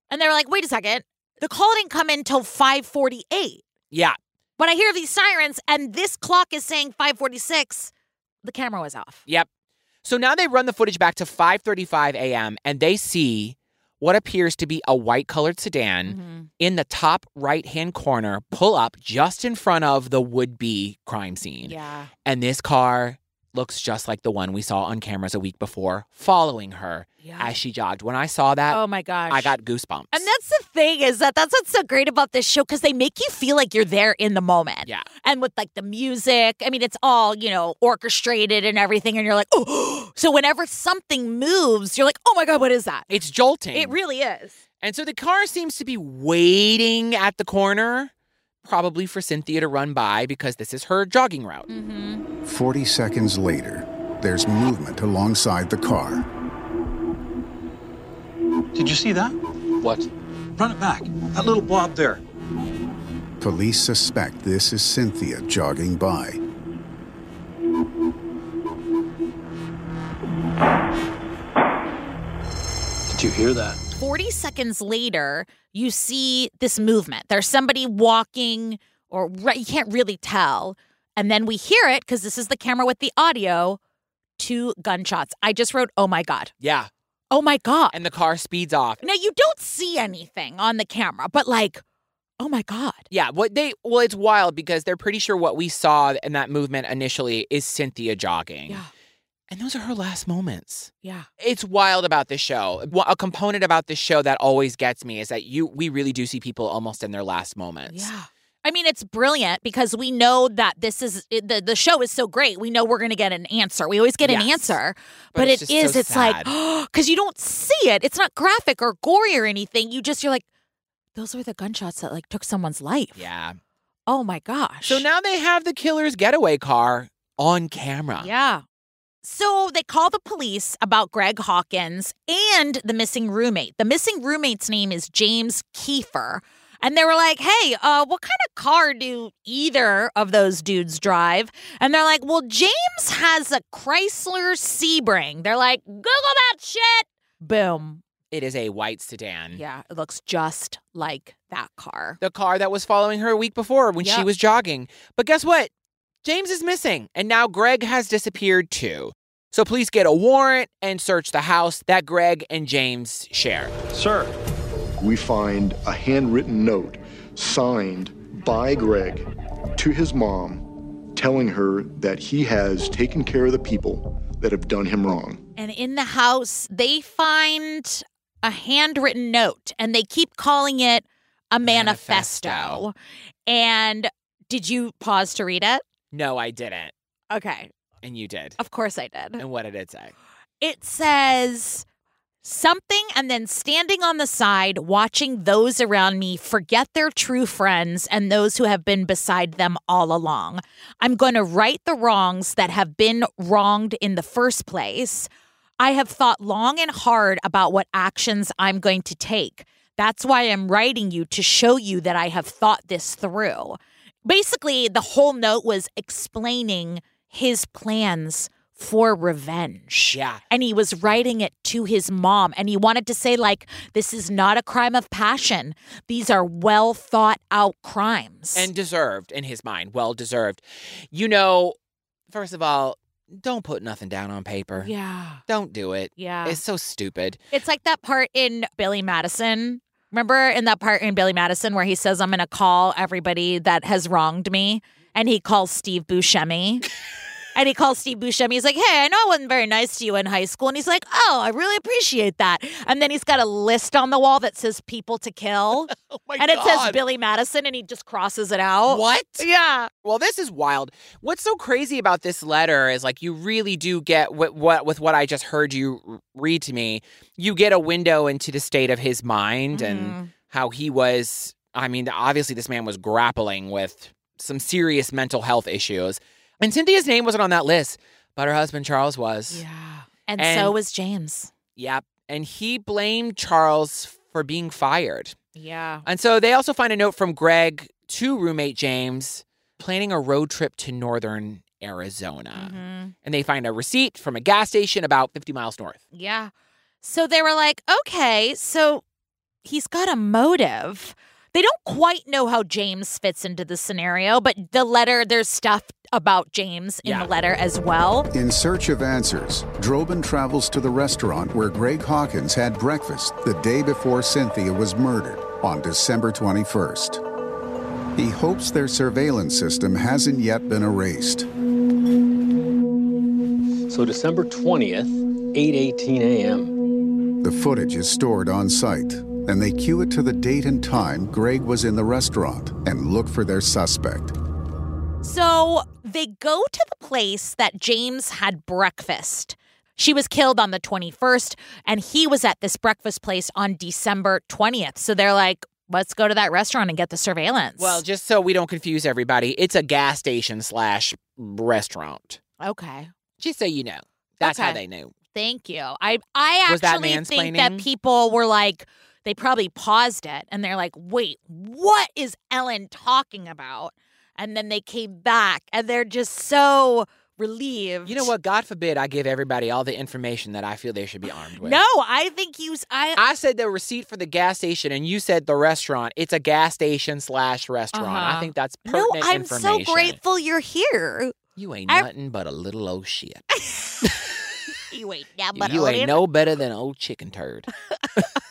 A: And they're like, wait a second, the call didn't come in till 548.
B: Yeah.
A: But I hear these sirens and this clock is saying 546. The camera was off.
B: Yep. So now they run the footage back to 5:35 a.m. and they see what appears to be a white-colored sedan
A: Mm-hmm.
B: in the top right-hand corner pull up just in front of the would-be crime scene.
A: Yeah.
B: And this car looks just like the one we saw on cameras a week before following her
A: Yeah.
B: as she jogged. When I saw that,
A: oh my gosh.
B: I got goosebumps.
A: And that's the thing is that that's what's so great about this show because they make you feel like you're there in the moment.
B: Yeah.
A: And with like the music, I mean, it's all, you know, orchestrated and everything. And you're like, oh. So whenever something moves, you're like, oh my God, what is that?
B: It's jolting.
A: It really is.
B: And so the car seems to be waiting at the corner, probably for Cynthia to run by because this is her jogging route.
A: Mm.
C: 40 seconds later, there's movement alongside the car.
H: Did you see that?
J: What?
H: Run it back. That little blob there.
C: Police suspect this is Cynthia jogging by.
J: Did you hear that?
A: 40 seconds later, you see this movement. There's somebody walking, or re- you can't really tell. And then we hear it because this is the camera with the audio two gunshots. I just wrote, oh my God.
B: Yeah.
A: Oh my God.
B: And the car speeds off.
A: Now, you don't see anything on the camera, but like, oh my God.
B: Yeah, what they well, it's wild because they're pretty sure what we saw in that movement initially is Cynthia jogging.
A: Yeah.
B: And those are her last moments.
A: Yeah.
B: It's wild about this show. A component about this show that always gets me is that you we really do see people almost in their last moments.
A: Yeah. I mean, it's brilliant because we know that this is it- the the show is so great. We know we're going to get an answer. We always get an
B: Yes.
A: answer,
B: But
A: but,
B: it's
A: it
B: just
A: is.
B: so
A: it's like
B: sad.
A: because you don't see it. It's not graphic or gory or anything. You just you're like, those were the gunshots that like took someone's life.
B: Yeah.
A: Oh my gosh.
B: So now they have the killer's getaway car on camera.
A: Yeah. So they call the police about Greg Hawkins and the missing roommate. The missing roommate's name is James Kiefer. And they were like, hey, uh, what kind of car do either of those dudes drive? And they're like, well, James has a Chrysler Sebring. They're like, Google that shit. Boom.
B: It is a white sedan.
A: Yeah, it looks just like that car.
B: The car that was following her a week before when she
A: Yep.
B: was jogging. But guess what? James is missing. And now Greg has disappeared too. So police get a warrant and search the house that Greg and James share.
H: Sir.
K: We find a handwritten note signed by Greg to his mom telling her that he has taken care of the people that have done him wrong.
A: And in the house, they find a handwritten note and they keep calling it a manifesto.
B: Manifesto.
A: And did you pause to read it?
B: No, I didn't.
A: Okay.
B: And you did.
A: Of course I did.
B: And what did it say?
A: It says something and then standing on the side, watching those around me forget their true friends and those who have been beside them all along. I'm going to right the wrongs that have been wronged in the first place. I have thought long and hard about what actions I'm going to take. That's why I'm writing you to show you that I have thought this through. Basically, the whole note was explaining his plans for revenge
B: Yeah.
A: and he was writing it to his mom and he wanted to say like this is not a crime of passion these are well thought out crimes
B: And deserved in his mind. Well deserved. You know, first of all, don't put nothing down on paper.
A: yeah
B: Don't do it.
A: yeah
B: It's
A: it's,
B: so stupid.
A: like that part in billy madison remember in that part in billy madison where he says i'm gonna call everybody that has wronged me and he calls steve buscemi And he calls Steve Buscemi. He's like, "Hey, I know I wasn't very nice to you in high school." And he's like, "Oh, I really appreciate that." And then he's got a list on the wall that says people to kill,
B: Oh my
A: and it says Billy Madison, and he just crosses it out.
B: What?
A: Yeah.
B: Well, this is wild. What's so crazy about this letter is like you really do get what, what with what I just heard you r- read to me. You get a window into the state of his mind
A: Mm-hmm.
B: and how he was. I mean, obviously, this man was grappling with some serious mental health issues, and Cynthia's name wasn't on that list, but her husband Charles was.
A: Yeah. And,
B: And-
A: so was James.
B: Yep, and he blamed Charles for being fired.
A: Yeah.
B: And so they also find a note from Greg to roommate James planning a road trip to northern Arizona.
A: Mm-hmm.
B: And they find a receipt from a gas station about 50 miles north.
A: Yeah. So they were like, okay, so he's got a motive. They don't quite know how James fits into the scenario, but the letter, there's stuff about James in
B: Yeah.
A: the letter as well.
C: In search of answers, Drobin travels to the restaurant where Greg Hawkins had breakfast the day before Cynthia was murdered on December 21st. He hopes their surveillance system hasn't yet been erased.
J: So December 20th, 8:18 a.m.
C: The footage is stored on site, and they cue it to the date and time Greg was in the restaurant and look for their suspect.
A: So they go to the place that James had breakfast. She was killed on the 21st, and he was at this breakfast place on December 20th. So they're like, let's go to that restaurant and get the surveillance.
B: Well, just so we don't confuse everybody, it's a gas station slash restaurant.
A: okay.
B: Just so you know. That's how
A: Okay.
B: they knew.
A: Thank you. I I
B: Was that
A: actually think that
B: mansplaining?
A: people were like they probably paused it and they're like, "Wait, what is Ellen talking about?" And then they came back and they're just so relieved.
B: You know what? God forbid I give everybody all the information that I feel they should be armed with.
A: No, I think you. s- I
B: I said the receipt for the gas station, and you said the restaurant. It's a gas station slash restaurant.
A: Uh-huh.
B: I think that's
A: no,
B: pertinent
A: I'm so
B: information.
A: grateful you're here.
B: You ain't
A: I-
B: nothing but a little old shit.
A: You ain't that
B: And
A: but
B: you
A: Odin.
B: ain't no better than old chicken turd.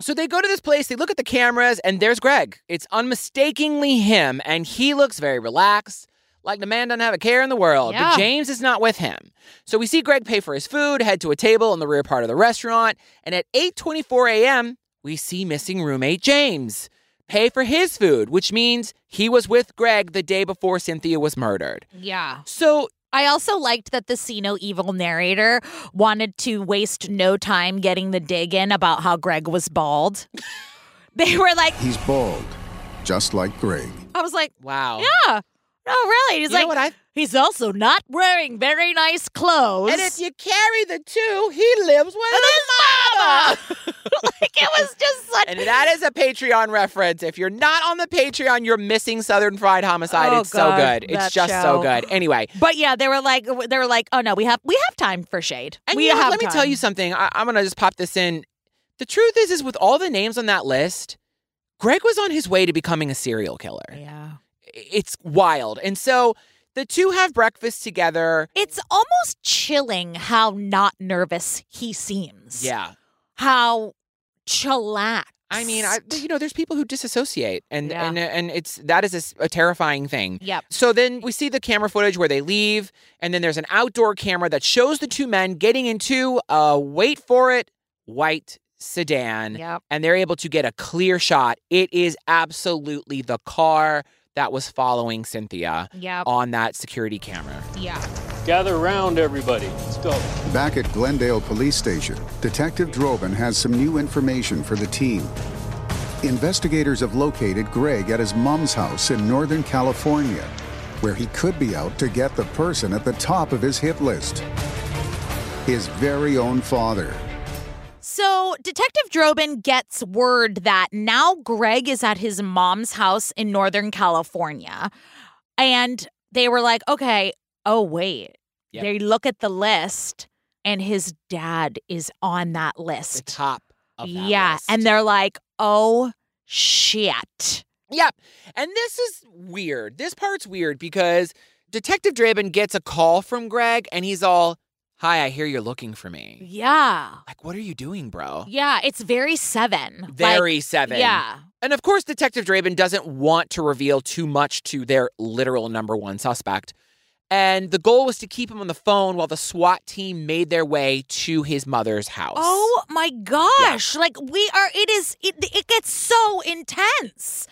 B: so they go to this place, they look at the cameras, and there's Greg. It's unmistakably him, and he looks very relaxed, like the man doesn't have a care in the world.
A: Yeah.
B: But James is not with him. So we see Greg pay for his food, head to a table in the rear part of the restaurant, and at 8:24 a.m., we see missing roommate James pay for his food, which means he was with Greg the day before Cynthia was murdered.
A: Yeah.
B: So
A: I also liked that the Sino evil narrator wanted to waste no time getting the dig in about how Greg was bald. they were like,
C: He's bald, just like Greg.
A: I was like,
B: wow.
A: yeah, no, really. He's
B: You know
A: like,
B: what I-
A: he's also not wearing very nice clothes.
B: And if you carry the two, he lives with his mama.
A: like, it was just such.
B: and that is a Patreon reference. If you're not on the Patreon, you're missing Southern Fried Homicide.
A: Oh,
B: it's so
A: God,
B: good.
A: that
B: It's just
A: show.
B: so good. Anyway.
A: But yeah, they were like, they were like, oh no, we have we have time for shade.
B: And
A: we
B: you know what?
A: have
B: let me tell
A: time.
B: you something. I, I'm gonna just pop this in. The truth is, is with all the names on that list, Greg was on his way to becoming a serial killer.
A: Yeah.
B: It's wild. And so the two have breakfast together.
A: It's almost chilling how not nervous he seems.
B: Yeah.
A: How chillax.
B: I mean, I, you know, there's people who disassociate, and
A: Yeah.
B: and and it's that is a s- a, terrifying thing.
A: Yep.
B: So then we see the camera footage where they leave, and then there's an outdoor camera that shows the two men getting into a wait for it white sedan,
A: Yep.
B: and they're able to get a clear shot. It is absolutely the car that was following Cynthia
A: Yep.
B: on that security camera.
A: Yeah.
J: Gather round, everybody. Let's go.
C: Back at Glendale Police Station, Detective Drobin has some new information for the team. Investigators have located Greg at his mom's house in Northern California, where he could be out to get the person at the top of his hit list his very own father.
A: So, Detective Drobin gets word that now Greg is at his mom's house in Northern California. And they were like, okay, oh, wait.
B: Yep.
A: They look at the list, and his dad is on that
B: The
A: list.
B: top of that
A: yeah.
B: list.
A: And they're like, oh, shit.
B: Yep. And this is weird. This part's weird because Detective Draven gets a call from Greg and he's all, Hi, I hear you're looking for me.
A: Yeah.
B: Like, what are you doing, bro?
A: Yeah. It's very seven. Like,
B: Very seven.
A: Yeah.
B: And of course, Detective Draven doesn't want to reveal too much to their literal number one suspect. And the goal was to keep him on the phone while the SWAT team made their way to his mother's house.
A: Oh my gosh. Like we are it is it, it gets so intense.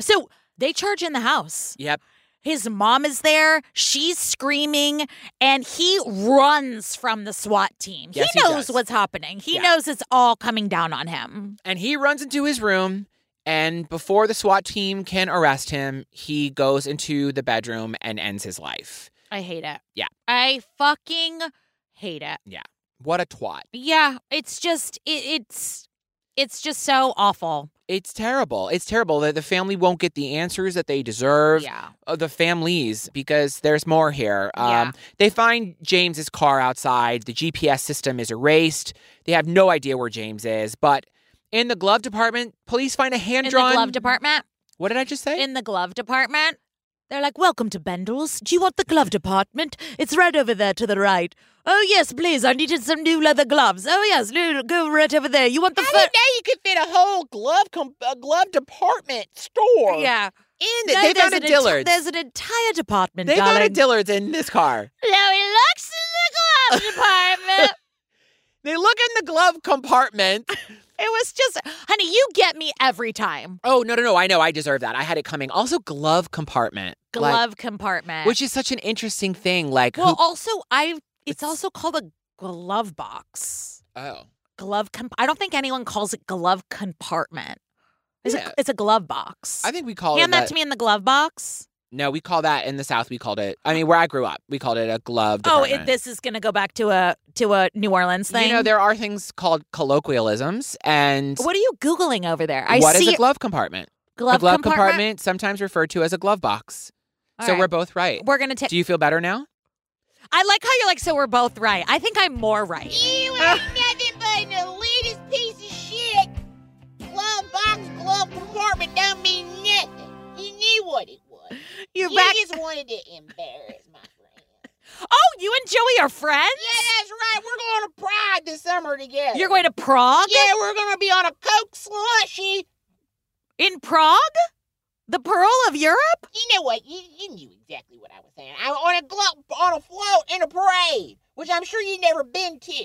A: So they charge in the house.
B: Yep.
A: His mom is there, she's screaming, and he runs from the SWAT team.
B: Yes,
A: he
B: he
A: knows
B: does.
A: what's happening. He
B: Yeah.
A: knows it's all coming down on him.
B: And he runs into his room. And before the SWAT team can arrest him, he goes into the bedroom and ends his life.
A: I hate it.
B: Yeah.
A: I fucking hate it.
B: What a twat.
A: Yeah, it's just it, it's it's just so awful.
B: It's terrible. It's terrible that the family won't get the answers that they deserve.
A: Yeah.
B: Uh, the families, because there's more here. Um,
A: Yeah.
B: They find James's car outside. The GPS system is erased. They have no idea where James is. But in the glove department, police find a hand
A: In
B: drawn.
A: the glove department.
B: what did I just say?
A: in the glove department. They're like, Welcome to Bendel's. Do you want the glove department? It's right over there to the right. Oh, yes, please. I needed some new leather gloves. Oh, yes, no, go right over there. You want the
B: I
A: fir-
B: didn't know you could fit a whole glove com- a glove department store.
A: Yeah.
B: in it.
A: No,
B: they
A: there's
B: found a
A: an enti-
B: Dillard's.
A: there's an entire department,
B: they
A: darling.
B: found a Dillard's in this car.
A: Now he looks in the glove department.
B: They look in the glove compartment.
A: it was just, honey, you get me every time.
B: oh no no no! I know I deserve that. I had it coming. Also, glove compartment. like,
A: Glove compartment.
B: which is such an interesting thing. Like
A: well,
B: who-
A: also, I. It's
B: It's-
A: also called a glove box.
B: oh
A: glove comp- I don't think anyone calls it glove compartment. It's,
B: Yeah.
A: a, it's a glove box.
B: I think we call it
A: Hand that to me in the glove box.
B: No, we call that in the South. We called it. I mean, where I grew up, we called it a glove.
A: Oh, it,
B: department.
A: this is going to go back to a to a New Orleans thing.
B: You know, there are things called colloquialisms, and
A: what are you googling over there? I
B: what is
A: see
B: a glove compartment?
A: glove,
B: a glove
A: compartment.
B: sometimes referred to as a glove box.
A: All
B: so
A: right.
B: we're both right.
A: We're going to take.
B: Do you feel better now?
A: I like how you're like, so we're both right. I think I'm more right.
I: You ain't nothing but an elitist piece of shit. Glove box, glove compartment don't mean nothing. You knew what it was.
A: You're
I: you
A: back-
I: just wanted to embarrass my friend.
A: Oh, you and Joey are friends?
I: Yeah, that's right. We're going to Pride this summer together.
A: You're going to Prague?
I: Yeah, we're going to be on a Coke slushy.
A: In Prague? The Pearl of Europe?
I: You know what? You, you knew exactly what I was saying. I'm on a glo- on a float in a parade, which I'm sure you've never been to.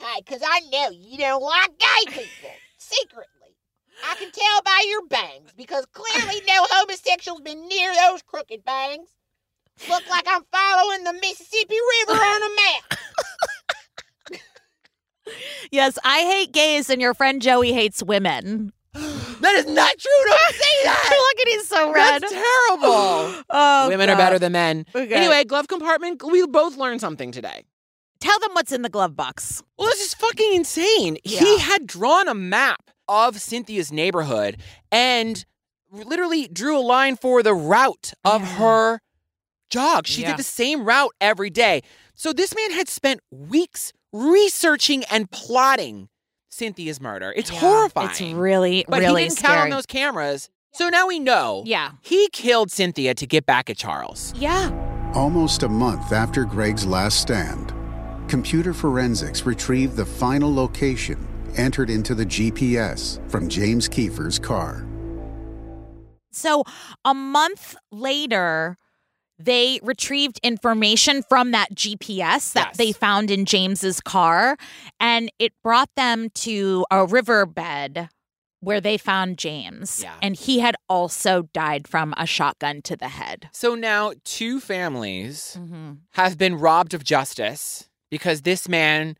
I: Okay, because I know you don't like gay people secretly. I can tell by your bangs, because clearly no homosexual's been near those crooked bangs. Look like I'm following the Mississippi River on a map.
A: Yes, I hate gays and your friend Joey hates women.
B: That is not true. Don't say that.
A: Look at he's so red.
B: That's terrible.
A: Oh,
B: Women
A: God.
B: are better than men.
A: Okay.
B: Anyway, glove compartment. We both learned something today.
A: Tell them what's in the glove box.
B: Well, this is fucking insane.
A: Yeah.
B: He had drawn a map of Cynthia's neighborhood and literally drew a line for the route of
A: Yeah.
B: her jog. She
A: Yeah.
B: did the same route every day. So this man had spent weeks researching and plotting Cynthia's murder. It's
A: Yeah,
B: horrifying.
A: It's really,
B: but
A: really
B: he didn't
A: scary.
B: count on those cameras. So now we know.
A: Yeah.
B: He killed Cynthia to get back at Charles.
A: Yeah.
C: Almost a month after Greg's last stand, computer forensics retrieved the final location entered into the GPS from James Kiefer's car.
A: So a month later, they retrieved information from that GPS that
B: Yes.
A: they found in James's car, and it brought them to a riverbed where they found James.
B: Yeah.
A: And he had also died from a shotgun to the head.
B: So now two families have been robbed of justice because this man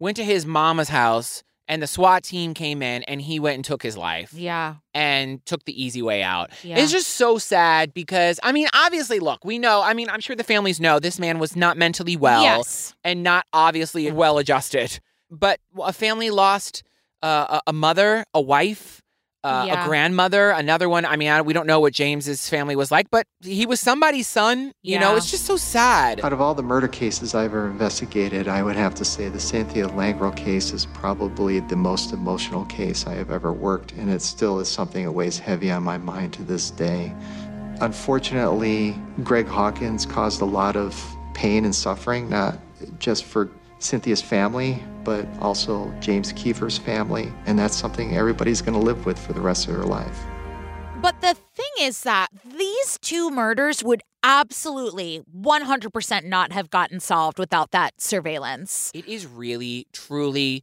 B: went to his mama's house and the SWAT team came in and he went and took his life
A: Yeah.
B: and took the easy way out.
A: Yeah.
B: It's just so sad because, I mean, obviously, look, we know, I mean, I'm sure the families know this man was not mentally well
A: yes.
B: and not obviously well adjusted. But a family lost uh, a a mother, a wife, uh,
A: Yeah.
B: a grandmother, another one. I mean, I, we don't know what James's family was like, but he was somebody's son. You know,
A: Yeah.
B: it's just so sad.
F: Out of all the murder cases I've ever investigated, I would have to say the Cynthia Langrell case is probably the most emotional case I have ever worked, and it still is something that weighs heavy on my mind to this day. Unfortunately, Greg Hawkins caused a lot of pain and suffering, not just for Cynthia's family, but also James Kiefer's family, and that's something everybody's going to live with for the rest of their life.
A: But the thing is that these two murders would absolutely 100% not have gotten solved without that surveillance.
B: It is really, truly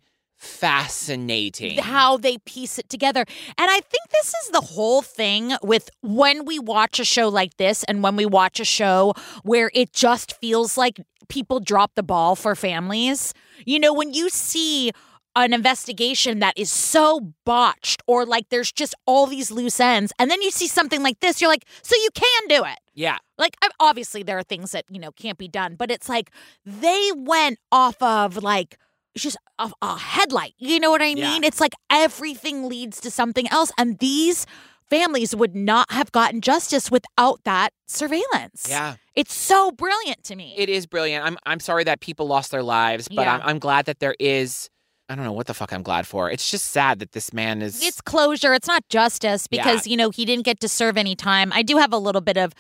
B: fascinating.
A: How they piece it together. And I think this is the whole thing with when we watch a show like this and when we watch a show where it just feels like people drop the ball for families. You know, when you see an investigation that is so botched or like there's just all these loose ends, and then you see something like this, you're like, so you can do it.
B: yeah.
A: Like, I- obviously, there are things that, you know, can't be done, but it's like they went off of like just a, a headlight. You know what I
B: Yeah.
A: mean? It's like everything leads to something else. And these families would not have gotten justice without that surveillance.
B: Yeah.
A: It's so brilliant to me.
B: It is brilliant. I'm I'm sorry that people lost their lives, but
A: Yeah.
B: I'm, I'm glad that there is. I don't know what the fuck I'm glad for. It's just sad that this man is.
A: it's closure. It's not justice
B: Yeah.
A: because you know he didn't get to serve any time. I do have a little bit of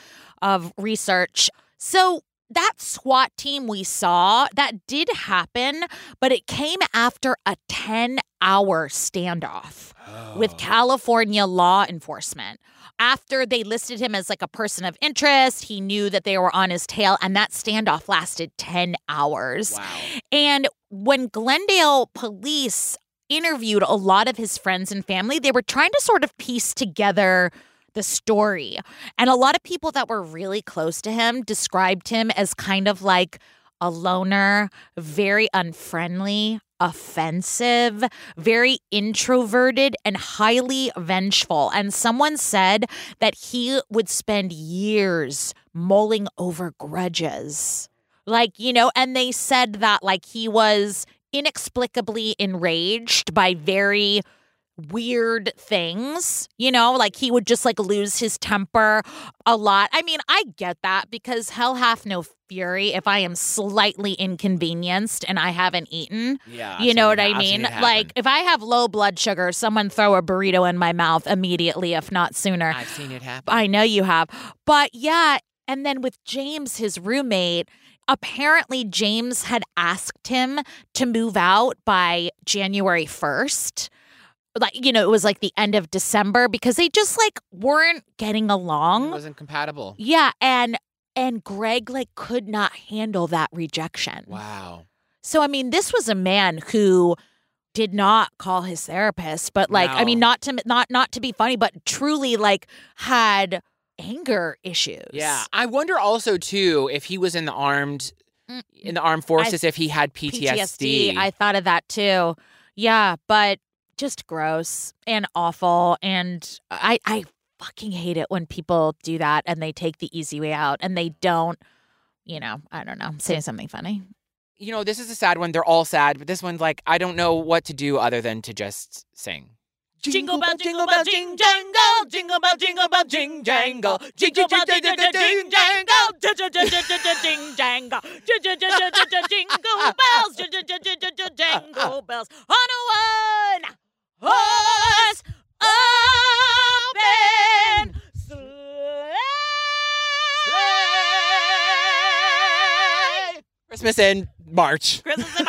A: of research. So that SWAT team we saw that did happen, but it came after a ten hour standoff with
B: Oh.
A: California law enforcement. After they listed him as like a person of interest, he knew that they were on his tail, and that standoff lasted 10 hours.
B: wow.
A: And when Glendale police interviewed a lot of his friends and family, they were trying to sort of piece together the story. And a lot of people that were really close to him described him as kind of like a loner, very unfriendly, offensive, very introverted, and highly vengeful. And someone said that he would spend years mulling over grudges. Like, you know, and they said that like he was inexplicably enraged by very weird things, you know, like he would just like lose his temper a lot. I mean, I get that because hell hath no fury if I am slightly inconvenienced and I haven't eaten.
B: Yeah. I've
A: You know
B: seen-
A: what I
B: I've seen
A: mean?
B: it happen.
A: Like if I have low blood sugar, someone throw a burrito in my mouth immediately, if not sooner.
B: I've seen it happen.
A: I know you have. But yeah, and then with James, his roommate, apparently James had asked him to move out by January 1st. Like, you know, it was like the end of December because they just like weren't getting
B: It
A: along.
B: wasn't compatible.
A: Yeah, and and Greg like could not handle that rejection.
B: Wow.
A: So I mean, this was a man who did not call his therapist, but like I mean,
B: No.
A: not to not not to be funny, but truly like had anger issues.
B: Yeah. I wonder also too if he was in the armed
A: Mm.
B: in the armed forces if he had PTSD.
A: I thought of that too. Yeah, but just gross and awful and I I fucking hate it when people do that and they take the easy way out and they don't you know, I don't know, I'm saying something funny.
B: you know, this is a sad one. They're all sad, but this one's like I don't know what to do other than to just sing.
A: Jingle bell, jingle bell, jing jangle, jingle bell, jingle bell, jing jangle, jingle bell, jing jangle, jing jangle, jing jangle, jingle bells, jingle bells, on a one horse open sleigh.
B: Christmas in March.
A: Christmas in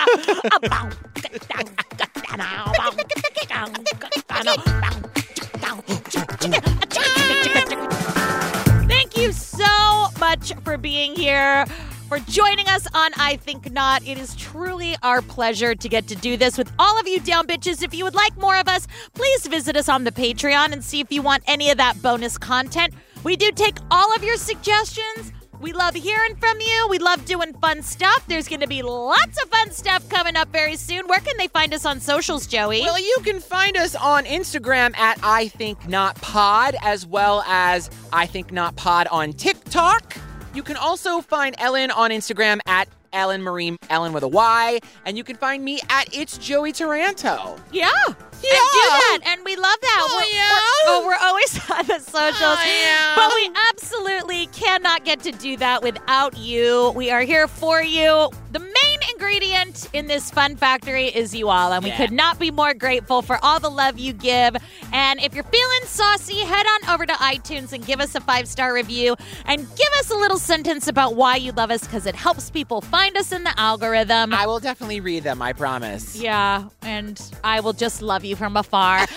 A: Thank you so much for being here. For joining us on I Think Not. It is truly our pleasure to get to do this with all of you down bitches. If you would like more of us, please visit us on the Patreon and see if you want any of that bonus content. We do take all of your suggestions. We love hearing from you. We love doing fun stuff. There's going to be lots of fun stuff coming up very soon. Where can they find us on socials, Joey?
B: Well, you can find us on Instagram at I Think Not Pod, as well as I Think Not Pod on TikTok. You can also find Ellen on Instagram at Ellen Marie, Ellen with a Y, and you can find me at It's Joey Taranto.
A: Yeah. And do that. And we love that.
B: Oh,
A: we're,
B: yeah.
A: we're- oh, we're always on the socials.
B: Oh, yeah.
A: But we absolutely cannot get to do that without you. We are here for you. The main ingredient in this fun factory is you all, and we
B: Yeah.
A: could not be more grateful for all the love you give. And if you're feeling saucy, head on over to iTunes and give us a five star review and give us a little sentence about why you love us because it helps people find us in the algorithm.
B: I will definitely read them, I promise.
A: Yeah, and I will just love you from afar. love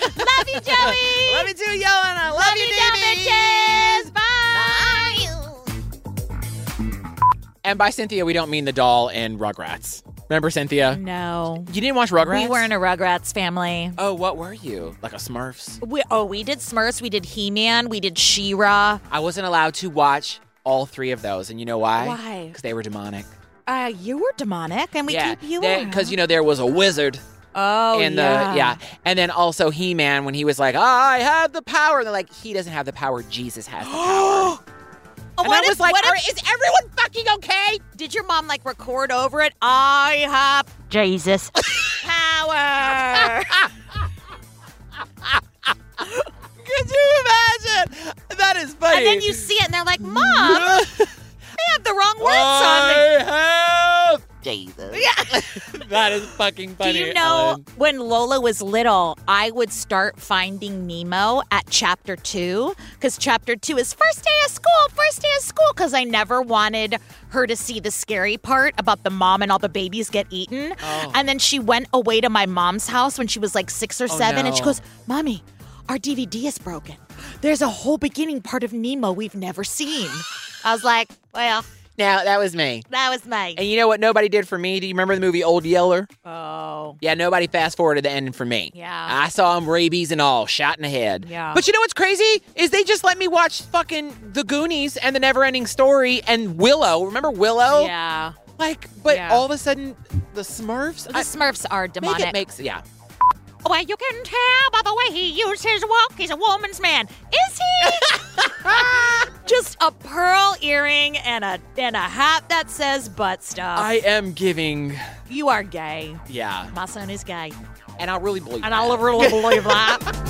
A: you, Joey.
B: Love you too, yo, and I love,
A: Love
B: you,
A: you, dumb
B: baby.
A: bitches. Bye.
B: And by Cynthia, we don't mean the doll in Rugrats. Remember Cynthia?
A: No,
B: You didn't watch Rugrats?
A: we weren't a Rugrats family.
B: Oh, what were you? Like a Smurfs?
A: We, oh, we did Smurfs, we did He Man, we did She Ra.
B: I wasn't allowed to watch all three of those, and you know why?
A: Why?
B: Because they were demonic.
A: Uh, you were demonic, and we
B: yeah,
A: keep you
B: because you know there was a wizard
A: Oh,
B: in
A: yeah.
B: the yeah, and then also He Man when he was like, I have the power, and they're like, he doesn't have the power, Jesus has the power.
A: Oh,
B: and
A: what
B: I
A: if-
B: was like,
A: what if-
B: "Are- is everyone fucking okay?
A: Did your mom like record over it? I have Jesus power.
B: Could you imagine? That is funny.
A: and then you see it, and they're like, "Mom,
B: I
A: I have the wrong words on there."
B: have Jesus. Yeah, that is fucking funny.
A: Do you know
B: Ellen.
A: when Lola was little, I would start finding Nemo at chapter two because chapter two is first day of school, first day of school. Because I never wanted her to see the scary part about the mom and all the babies get eaten.
B: Oh.
A: And then she went away to my mom's house when she was like six or
B: Oh,
A: seven, and she
B: no.
A: goes, "Mommy, our DVD is broken. There's a whole beginning part of Nemo we've never seen." I was like, "Well,
B: Now that was me.
A: that was my
B: And you know what nobody did for me? Do you remember the movie Old Yeller?
A: oh."
B: Yeah, nobody fast forwarded the ending for me.
A: Yeah.
B: I saw him rabies and all, shot in the head.
A: Yeah.
B: But you know what's crazy? Is they just let me watch fucking The Goonies and The Neverending Story and Willow. Remember Willow?
A: Yeah,
B: Like, but
A: Yeah.
B: all of a sudden, the Smurfs?
A: the
B: I-
A: Smurfs are demonic.
B: make it makes, yeah.
A: Well, you can tell by the way he used his walk, he's a woman's man. Is he? Just a pearl earring and a and a hat that says butt stuff.
B: I am giving,
A: you are gay.
B: yeah.
A: My son is gay.
B: and I really believe
A: And I really believe that.